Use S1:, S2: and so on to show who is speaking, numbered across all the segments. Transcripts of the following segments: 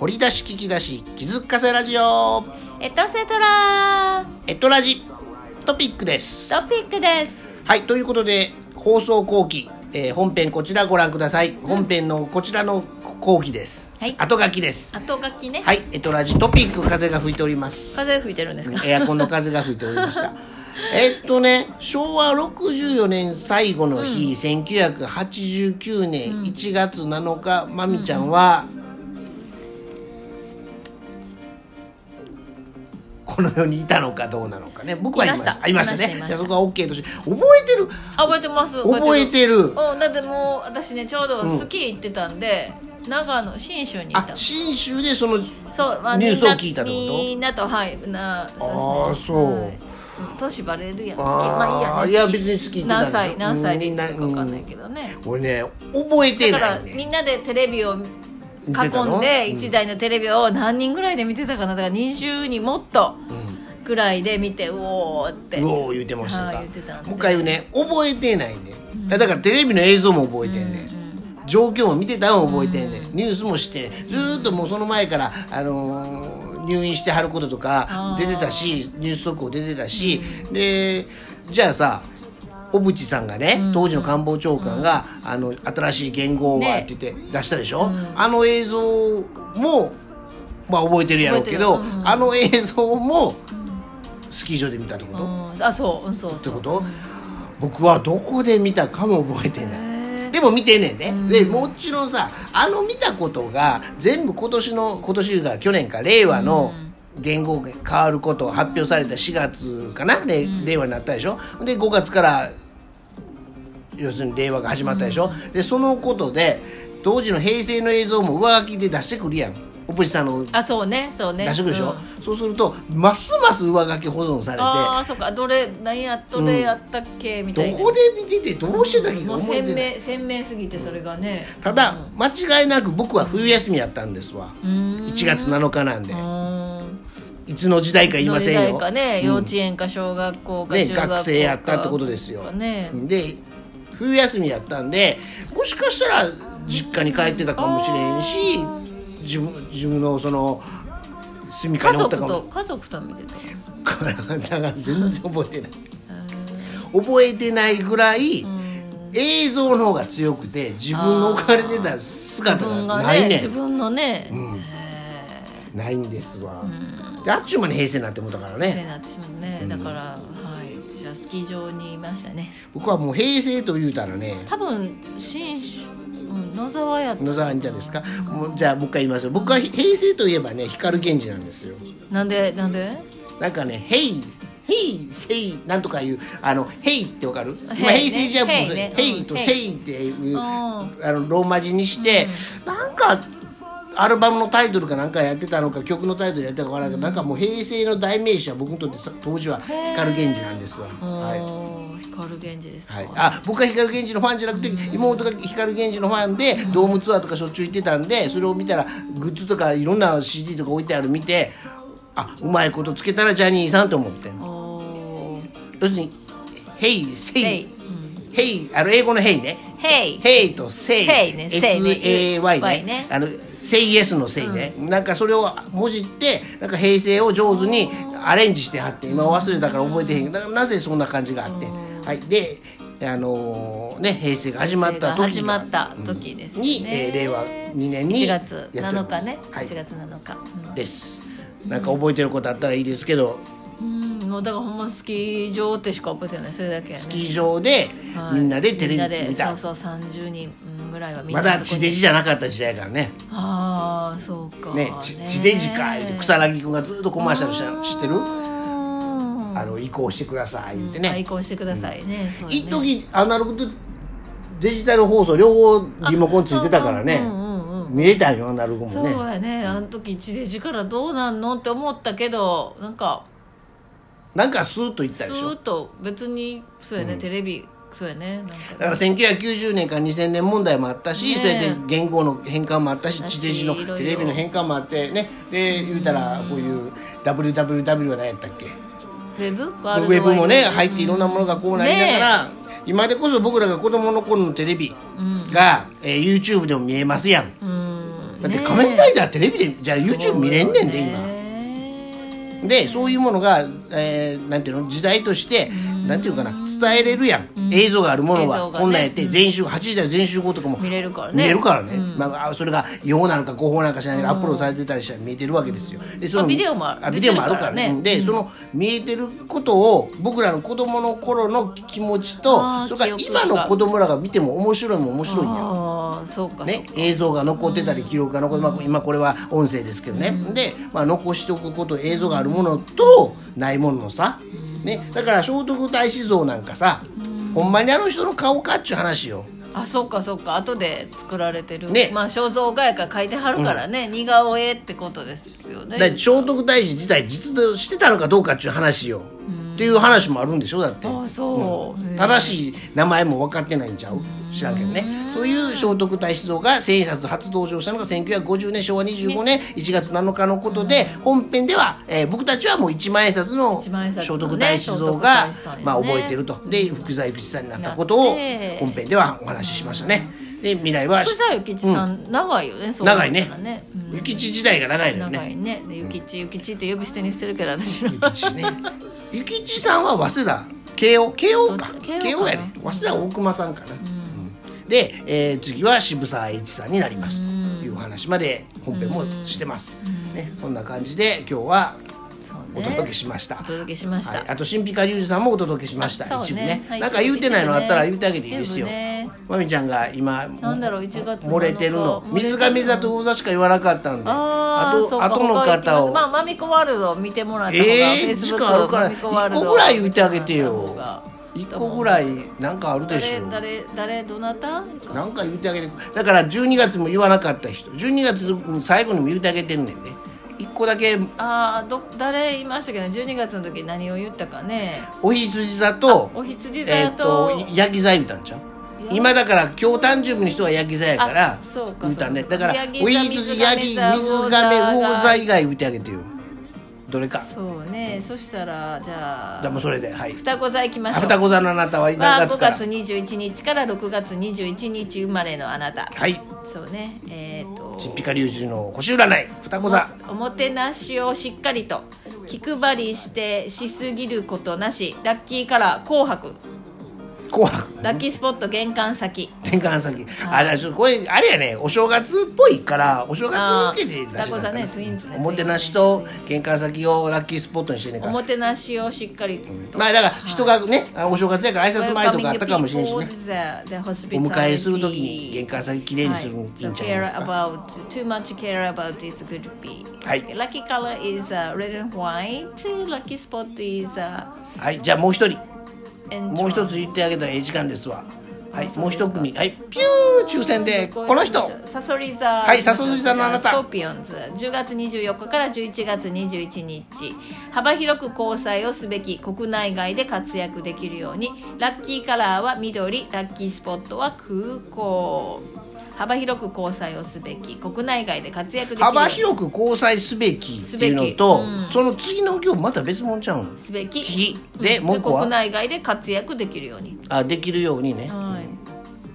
S1: 掘り出し聞き出し気づかせラジオ
S2: エトセトラ
S1: エトラジトピックです
S2: トピックです
S1: はいということで放送後期、えー本編こちらご覧ください本編のこちらの後期です、
S2: はい
S1: 後書きです
S2: 後書きね、
S1: はいエトラジトピック風が吹いております
S2: 風吹いてるんですか
S1: エアコンの風が吹いておりました えっとね昭和64年最後の日、1989年1月7日、まみちゃんは、この世にいたのかどうなのかね僕はいました
S2: いました
S1: いま
S2: いました
S1: ね
S2: いました
S1: じゃあそこは OK として覚えてる
S2: あ覚えてます
S1: 覚えてる
S2: うんだってもう私ねちょうどスキー行ってたんで、長野信州にい
S1: あ
S2: た
S1: 信州でその
S2: そう、まあ、
S1: ニュースを聞いたってこと
S2: みんなとはいな
S1: あー
S2: です
S1: そう
S2: はいうん年バレるやん好き
S1: あー
S2: まあいいやね
S1: いや
S2: 好き
S1: 別に好きって言ってたんで
S2: 何
S1: すよ
S2: 歳何歳で行ったかわかんないけどね
S1: 俺ね覚えて
S2: だか
S1: な
S2: ら
S1: い、ね、
S2: みんなでテレビを囲
S1: 見てたの
S2: んで一台のテレビを何人ぐらいで見てたかなだから20にもっと
S1: う
S2: ぐらいで見てうおーって
S1: ん、うおー言うてました
S2: はい
S1: か
S2: 言うてたんで
S1: もう一回言うね覚えてないね、だからテレビの映像も覚えてんね、状況も見てたのも覚えてんね、ニュースもしてずーっともうその前から、あのー入院してはることとか
S2: あ
S1: 出
S2: ー
S1: てたしニュース速報出てたし、でじゃあさ小渕さんがね、
S2: うん
S1: 当時の官房長官が、あの新しい元号はって言って出したでしょ、
S2: うん
S1: あの映像も、まあ、覚えてるやろうけど、
S2: 覚えてるうん
S1: あの映像もスキー場で見たってこと、
S2: うんあそううんそうっ
S1: ってこと、僕はどこで見たかも覚えてない。で
S2: で
S1: も見てんねんね、
S2: うん
S1: でもちろんさあの見たことが全部今年の今年が去年か令和の言語が変わることを発表された4月かな、れ
S2: うん
S1: 令和になったでしょで5月から要するに令和が始まったでしょ、でそのことで当時の平成の映像も上書きで出してくるやんオプシさんの
S2: あそうねそうね
S1: 出してくるでし
S2: う
S1: ょ、
S2: ん
S1: そうするとますます上書き保存されて
S2: ああそっかどれ何やどれやったっけみ
S1: ど
S2: たいな
S1: こで見ててどうしてたっけ
S2: もう
S1: 覚えて
S2: 鮮
S1: ない
S2: 明鮮明すぎてそれがね
S1: ただ間違いなく僕は冬休みやったんですわ
S2: 1
S1: 1月7日なんで
S2: うん
S1: いつの時代か言いませんよ
S2: どれぐらいかね、
S1: うん
S2: 幼稚園か小学校か
S1: ね
S2: 中学校か、
S1: 学生やったってことですよ
S2: ね、
S1: で冬休みやったんでもしかしたら実家に帰ってたかもしれんし
S2: あ
S1: 自分自分のその住みか
S2: 家
S1: におっ
S2: 族
S1: たかも
S2: と家族と見てたの
S1: だから 全然覚えてない
S2: へ
S1: 覚えてないぐらい、
S2: ーうん
S1: 映像の方が強くて自分の置かれてた姿
S2: 自分
S1: が
S2: が
S1: な
S2: ね
S1: いね
S2: 自分のね、
S1: うん
S2: へ
S1: ないんですわ、
S2: ーうん
S1: であっちゅう間に平成になってもうたから
S2: そう
S1: ね
S2: なってしまうね、だからはい私はスキー場にいましたね
S1: 僕はもう平成と言うたらね
S2: 多分新種、うん、野沢やった
S1: 野沢んちゃですかもうじゃあもう一回言いますよ僕は平成といえばね光源氏なんですよ
S2: なんでなんで
S1: なんかね「ヘイヘイセイ」なんとかいうあの「ヘイ」ってわかる、まあ、
S2: ヘイね
S1: 平成じゃもう
S2: ヘイね
S1: ヘイと「
S2: うん
S1: セイ」っていう
S2: うん
S1: あのローマ字にして、なんかアルバムのタイトルかなんかやってたのか曲のタイトルやってたのかわからないけど、なんかもう平成の代名詞は僕にとってさ当時は光源氏なんですわ。はい
S2: おー光源氏ですか、
S1: はい、あ僕は光源氏のファンじゃなくて妹が光源氏のファンでドームツアーとかしょっちゅう行ってたんでそれを見たらグッズとかいろんな CD とか置いてある見てあうまいことつけたらジャニーさんと思って
S2: おー
S1: 要するに「ヘイセ
S2: ヘイ、
S1: イ
S2: うん、」
S1: 「ヘイ」あの英語の「ヘイ」ね
S2: ヘイ
S1: 「ヘイ」と「セイ」
S2: Say ね Say ね
S1: SAY ね
S2: Y ね
S1: あの「セイエス」の「セイね、なんかそれをもじってなんか平成を上手にアレンジしてはって今忘れたから覚えてへんけどだからなぜそんな感じがあって、はい、であのーね平成が始まった時が
S2: 始まった時ですよね
S1: に、えー令和2年に
S2: 1月
S1: やっており
S2: 7
S1: ま
S2: 日
S1: す
S2: ね、
S1: はい
S2: 1月7日、
S1: ですなんか覚えてることあったらいいですけど
S2: うん、うんもうだからほんまスキー場ってしか覚えてないそれだけやね
S1: スキー場で
S2: はい
S1: みんなでテ
S2: みんな
S1: レビ
S2: で
S1: 見た、
S2: そうそう30人うんぐらいはみん
S1: まだ
S2: なそ
S1: 地
S2: こ
S1: デ
S2: に
S1: ジじゃなかった時代からね
S2: ああそうか
S1: ねち地デジか言うて草
S2: い
S1: 薙君がずっとコマーシャルした知ってるあ
S2: あ
S1: の移行してください言ってね、
S2: 愛好してくださいね、そう
S1: 一
S2: ね
S1: 時アナログとデジタル放送両方リモコンついてたからね、
S2: うんうんうんうん
S1: 見れたよアナログ
S2: そ
S1: も
S2: う
S1: ね
S2: やねあの時地デジからどうなんのって思ったけどなんか
S1: なんかスーッといった
S2: ス
S1: で
S2: ー
S1: しょ
S2: ッと別にそうやね、テレビそうやねなんか
S1: だから1990年から2000年問題もあったし、
S2: ねえ
S1: それで言語の変換もあったし
S2: だし
S1: 地デジの
S2: いろいろ
S1: テレビの変換もあってねで言うたらこういう WWW は何やったっけ
S2: ウェブワー
S1: ウ
S2: ルドワイ
S1: ェ
S2: ド
S1: ブもね入っていろんなものがこうなりなが
S2: ね
S1: ら、今でこそ僕らが子供の頃のテレビが、えー YouTube でも見えますやん
S2: うん
S1: だって
S2: ねえ
S1: 仮面ライダーテレビでじゃあ YouTube 見れんねんで今。
S2: 今
S1: でそういうものが、えーなんていうの時代として
S2: ん
S1: なんていうかな伝えれるやん、
S2: うん
S1: 映像があるもの
S2: 映像
S1: は、
S2: がね
S1: こんなんやって
S2: うん
S1: 全集8時台全集合とかも
S2: 見れるからね
S1: 見れるからね、
S2: うん
S1: まああ、それが4法なのか5法なのか知らないけど、
S2: う
S1: ア
S2: ん
S1: ップロードされてたりしたら見えてるわけですよでその
S2: あビデオもある
S1: あビデオもあるからね
S2: 出てるからね
S1: で、
S2: うん
S1: その見えてることを僕らの子供の頃の気持ち
S2: あ
S1: と
S2: ー
S1: それから
S2: 記憶
S1: 今
S2: が
S1: の子供らが見ても面白いもん面白いんやん
S2: ああそうかそうか
S1: ね、映像が残ってたり記録が残って、まあ、今これは音声ですけどね、で、まあ、残しておくこと映像があるものとないもののさ、ね、だから聖徳太子像なんかさ、ほんまにあの人の顔かっちゅう話よ。
S2: あそうかそうか後で作られてる、
S1: ね
S2: まあ肖像画やから書いてはるからね、似顔絵ってことですよね
S1: だって聖徳太子自体実在してたのかどうかっちゅう話よ。っていう話もあるんでしょだって。
S2: あそう、へえ
S1: 正しい名前も分かってないんちゃう知らんけどねそういう聖徳太子像が千円札初登場したのが1950年昭和25年1月7日のことで本編では、えー僕たちはもう一万円札の
S2: 一
S1: 聖
S2: 万円札のね
S1: 徳太子像が、
S2: 聖徳太子さんやね
S1: まあ、覚えてるとで福沢諭吉さんになったことを
S2: やって
S1: 本編ではお話ししましたねで未来は
S2: 福沢諭吉さん、長いよねそう
S1: 長いね
S2: だったらねうん
S1: 諭吉時代が長いのよ
S2: 長
S1: ね
S2: いねで諭吉諭吉って呼び捨てにしてるけど私ら
S1: 諭吉ね諭吉さんは早稲田慶応慶応か
S2: どっち
S1: 慶
S2: 慶応
S1: 応
S2: かな
S1: やね早稲田大熊さんかな、で、えー次は渋沢栄一さんになりますというお話まで本編もしてます、ね、そんな感じで今日は
S2: そうね
S1: お届けしました、
S2: お届けしました、
S1: はい、あと新ピカリュウジさんもお届けしました、
S2: そう
S1: 一部ね、
S2: はい
S1: なんか言うてないのあったら言うてあげていい
S2: 一部ね
S1: ですよ、
S2: 一部ね
S1: まみちゃんが今
S2: なんだろう1月
S1: 漏れてるの
S2: 7日
S1: 水上里大座しか言わなかったんで
S2: あーそう
S1: と
S2: か
S1: 後の
S2: 他行きます
S1: 方を、
S2: まあマミコワールドを見てもらった方が、
S1: ええ
S2: Facebook
S1: 時間あるから
S2: マミコワールド
S1: 一個ぐらい言ってあげてよ一
S2: 一
S1: 個ぐらいなんかあるでし
S2: 誰
S1: ょ
S2: 誰誰どなた
S1: なんか言ってあげてだから12月も言わなかった人12月の最後にも言ってあげてんねんね一個だけ
S2: ああど誰言いましたけど12月の時何を言ったかね
S1: お羊座と
S2: お羊座
S1: えっ
S2: と、
S1: とヤギ座言うたんちゃう今だから今日誕生日の人はヤギ座やから
S2: あそうか
S1: 言うたんで
S2: そうか
S1: だから
S2: ヤギ座
S1: お羊ヤギ水
S2: 水
S1: 亀
S2: 亀座
S1: 魚座以外言ってあげてよどれか
S2: そうねそしたらじゃ
S1: でも
S2: あ
S1: うそれではい
S2: 双子座行きましょう
S1: 双子座のあなたは
S2: は
S1: 何
S2: 5
S1: 月から
S2: 月21日から6月21日生まれのあなた
S1: はい
S2: そうねえっ、と
S1: チンピカ流ジの腰占い双子座
S2: おもてなしをしっかりと気配りしてしすぎることなしラッキーカラー紅白
S1: 紅白
S2: ラッキースポット玄関先
S1: 転換先あだからちょこれあれやねお正月っぽいからお正月に向けて出して
S2: あー双子座ねトゥインズね
S1: おもてなしと玄関先をラッキースポットにしてんねんか
S2: お
S1: ら
S2: もてなしをしっかりと、
S1: まあだから人がね、あお正月やから挨拶前とかあったかもしれんしね
S2: Welcoming people to the- the
S1: お
S2: hospitality.
S1: 迎えするときに玄関先きれいにするんじゃ
S2: は
S1: な
S2: い So
S1: いで
S2: care
S1: すか、
S2: about too much care about it's good to be.
S1: はい
S2: Okay, Lucky color is uh, red and white. Lucky spot is uh,
S1: はいじゃあもう一人
S2: entrance.
S1: もう一つ言ってあげたらええ時間ですわはい
S2: あそ
S1: もう
S2: うですか
S1: 一組はいピュー抽選でこの人
S2: サソリ座
S1: はいサソリ座のあなた
S2: スコーピオンズ10月24日から11月21日幅広く交際をすべき国内外で活躍できるようにラッキーカラーは緑ラッキースポットは空港幅広く交際をすべき国内外で活躍できるように
S1: 幅広く交際すべきっていうのと、
S2: すべきうん
S1: その次の行また別物ちゃうの
S2: すべき
S1: きでもう一個
S2: 国
S1: は
S2: 内外で活躍できるように
S1: あできるようにね
S2: はい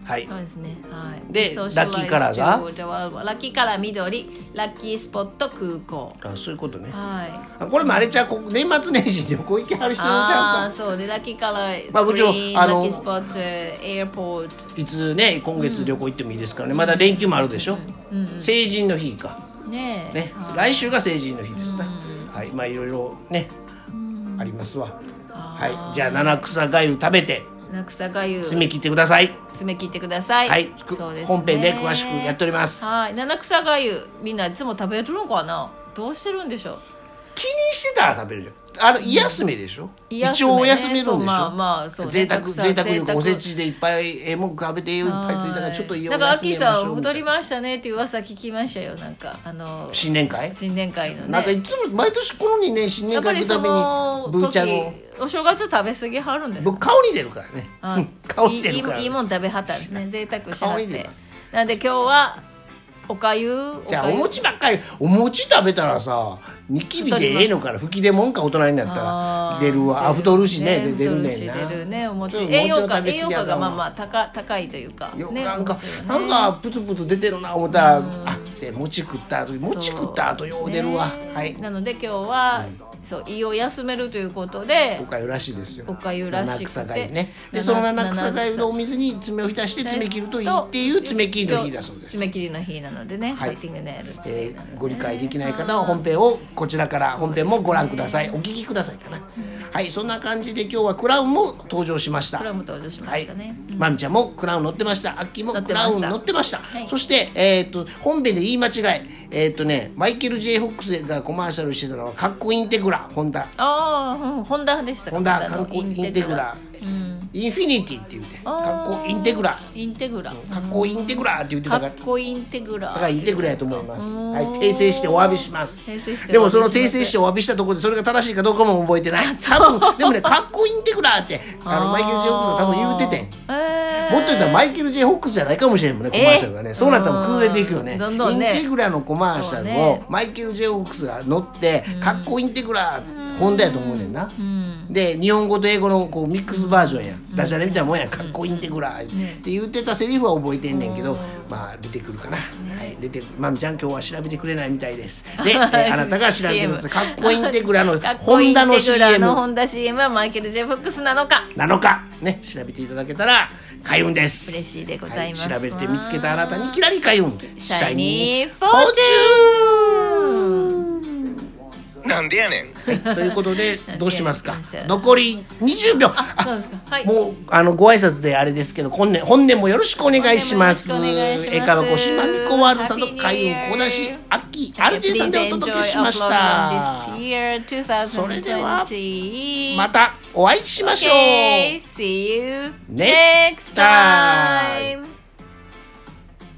S1: はい
S2: そうですね。はい。
S1: で
S2: Socialize
S1: ラッキーカラーが
S2: to the world ラッキーカラー緑、ラッキースポット空港。
S1: あそういうことね
S2: はい。
S1: あこれもあれちゃうこ年末年始に旅行行きはる人ち
S2: あ
S1: ゃ
S2: あ
S1: う
S2: ー、そうでラッキーカラー、
S1: まあもちろん
S2: green
S1: あ
S2: ラ
S1: の
S2: ッキースポット、エアポート。
S1: かいつね今月旅行行ってもいいですからねまだ連休もあるでしょ、
S2: うん
S1: 成人の日か
S2: うん。ねえ。
S1: ね
S2: はい
S1: 来週が成人の日ですねはいまあいろいろねありますわはいじゃあ七草がゆ食べて
S2: 落差がゆ
S1: 詰め切ってください
S2: 詰め切ってください。
S1: はい、く
S2: そうですね
S1: 本編で詳しくやっております
S2: はい。七草がゆみんないつも食べてるのかな。どうしてるんでしょう。
S1: 気にしてたら食べれるよあの胃休みでしょ
S2: 胃
S1: 胃
S2: 休
S1: 腸
S2: みね
S1: を休めるんでしょ
S2: そうまあまあそうね
S1: 贅
S2: た
S1: 沢
S2: くさん
S1: 贅沢よ
S2: 贅沢
S1: おせちでいっぱいええもん食べていっぱいついたからちょっと胃を
S2: なんかア
S1: 休
S2: ッキ
S1: め
S2: ー
S1: まし
S2: さ
S1: ょ
S2: ん
S1: うみ
S2: 太
S1: たい
S2: り
S1: な
S2: ましたねっていう噂聞きましたよなんかあの
S1: 新年会
S2: 新年会のね
S1: なんかいつも毎年この2年新年
S2: やっぱ
S1: 会
S2: り
S1: 行くた
S2: そ
S1: めに
S2: の
S1: ブー
S2: 時
S1: ちゃんの
S2: お正月食べ過ぎはるんですか
S1: 僕顔に出るからね
S2: あ
S1: うん顔に出
S2: いい
S1: るからね
S2: いいもん食べはったんですね贅沢しはっ
S1: 顔に出
S2: て
S1: ます
S2: なんで今日はおかゆお
S1: じゃあ
S2: か
S1: お
S2: ゆ
S1: 餅ばっかりお餅食べたらさニキビでええのから吹き出もんか大人になったら
S2: あー
S1: 出るわあ太るしねで出る
S2: 太る
S1: ね
S2: し
S1: んな
S2: 出るねお餅
S1: ちょっと
S2: 栄養
S1: もうちょ
S2: 価
S1: っと食べ過
S2: 栄
S1: ぎや
S2: 養
S1: から
S2: 価がまあまあ高高いというか
S1: よ
S2: ね
S1: なんか、
S2: お餅は
S1: な
S2: ね
S1: んかプツプツ出てるな思ったら、あせ餅食った後餅食った後よう出るわ、
S2: ね
S1: はい
S2: なので今日は、そう胃を休めるということで
S1: おかゆらしいですよ
S2: お粥らし
S1: 七
S2: くて
S1: 草がゆねで
S2: 七
S1: その七草がゆのお水に爪を浸して爪切るといいっていう爪切りの日だそうです
S2: 爪切りの日なのでね、
S1: はい
S2: カッティングネイルってい
S1: え
S2: うのでね
S1: ーご理解できない方は本編をこちらから本編もご覧くださいお聞きくださいかなはいそんな感じで今日はクラウンも登場しました
S2: これはもう登場しま
S1: はい
S2: したね、、
S1: まみちゃんもクラウン乗ってました、アッキーも
S2: 乗っ
S1: ク
S2: て
S1: ラ
S2: ま
S1: ウ
S2: し
S1: ン
S2: た
S1: 乗ってました。
S2: はい
S1: そして、えっ、と、本編で言い間違い、えっ、とね、マイケル J ホックスがコマーシャルしてたのは、カッコインテグラ、ホンダ、
S2: ああ、うん、ホンダでしたか
S1: ホンダ、
S2: ホンダ
S1: カ
S2: の
S1: ッコインテグラ、
S2: うん
S1: インフィニティって言うて、カ
S2: あー
S1: ッコインテグラ、
S2: インテグラ
S1: カッコインテグラって言って
S2: か
S1: たか
S2: っ
S1: ら。
S2: こインテグラ
S1: だからインテグラやと思います。
S2: うん
S1: はい、訂正してお詫びします。
S2: 訂正してお詫びします
S1: でもその訂正してお詫びしたところでそれが正しいかどうかも覚えてない。多分でもね、カッコインテグラってあのマイケル・ジョークスが多分言うててん。
S2: えー、
S1: もっと言ったらマイケル・ J ・ホックスじゃないかもしれんもんね、コマーシャルがね。
S2: え
S1: そうなったら崩れていくよね。
S2: うんどんどんね
S1: インテグラのコマーシャル
S2: そう
S1: を
S2: ね
S1: マイケル・ J ・ホックスが乗って、かっこインテグラ、ホンダやと思うねんな。
S2: うん
S1: で、日本語と英語のこうミックスバージョンや、ダジャレみたいなもんや、かっこインテグラって言ってたセリフは覚えてんねんけど、まあ出てくるかな。はい、出てまみちゃん今日は調べてくれないみたい です。で、えーあなたが調べてください。かっこインテグラの
S2: かっ
S1: ホ
S2: こい
S1: ン
S2: い
S1: ダの
S2: テグラ
S1: CM
S2: のホンダ CM はマイケル・ J ・フックスなのか
S1: なのか、ね、調べていただけたら開運です。
S2: 嬉しいでございます、
S1: はい調べて見つけたあなたにキラリ開運
S2: シャイニーフォーチューン
S3: なんでやねん
S1: ューンはいということでどうします か
S2: なんてやりました
S1: 残り20秒あ
S2: そうですかはい
S1: もうあのご挨拶であれですけど本年本年もよろしくお願いします
S2: 本年もよろしくお願いします
S1: えかのこしまみこワールドさんと開運小出しあっき RJ さんでお届けしました
S2: Please enjoy uploading this year 2020.
S1: それではまたお会いしましょう
S2: Okay, see you
S1: Next
S2: next
S1: time.
S2: time.